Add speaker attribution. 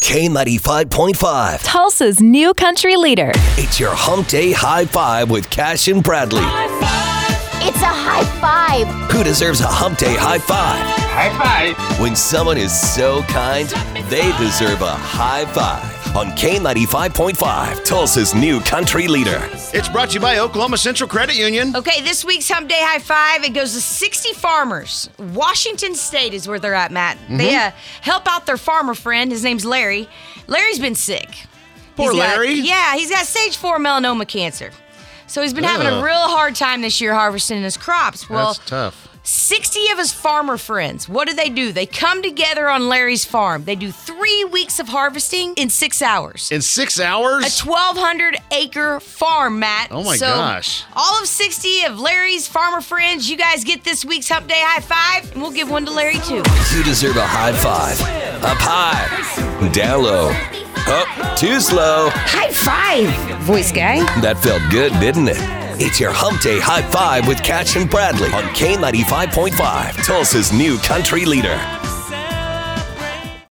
Speaker 1: K95.5.
Speaker 2: Tulsa's new country leader.
Speaker 1: It's your hump day high five with Cash and Bradley.
Speaker 3: It's a high five.
Speaker 1: Who deserves a hump day high five?
Speaker 4: High five.
Speaker 1: When someone is so kind, they deserve a high five. On K95.5, Tulsa's new country leader.
Speaker 5: It's brought to you by Oklahoma Central Credit Union.
Speaker 6: Okay, this week's Hump Day High Five, it goes to 60 farmers. Washington State is where they're at, Matt. They
Speaker 5: Mm-hmm.
Speaker 6: uh, help out their farmer friend. His name's Larry. Larry's been sick.
Speaker 5: Poor
Speaker 6: He's got-
Speaker 5: Larry.
Speaker 6: yeah, he's got stage four melanoma cancer. So he's been having a
Speaker 5: Ugh.
Speaker 6: real hard time this year harvesting his crops. Well,
Speaker 5: That's tough.
Speaker 6: 60 of his farmer friends, what do they do? They come together on Larry's farm. They do three weeks of harvesting in six hours.
Speaker 5: In six
Speaker 6: A
Speaker 5: hours?
Speaker 6: 1,200 acre farm, Matt.
Speaker 5: Oh my
Speaker 6: so
Speaker 5: gosh.
Speaker 6: All of 60 of Larry's farmer friends, you guys get this week's Hump Day High Five, and we'll give one to Larry too.
Speaker 1: You deserve a high five. Up high, down low, up too slow.
Speaker 6: High five, voice guy.
Speaker 1: That felt good, didn't it? It's your Hump Day High Five with Cash and Bradley on K95.5, Tulsa's new country leader.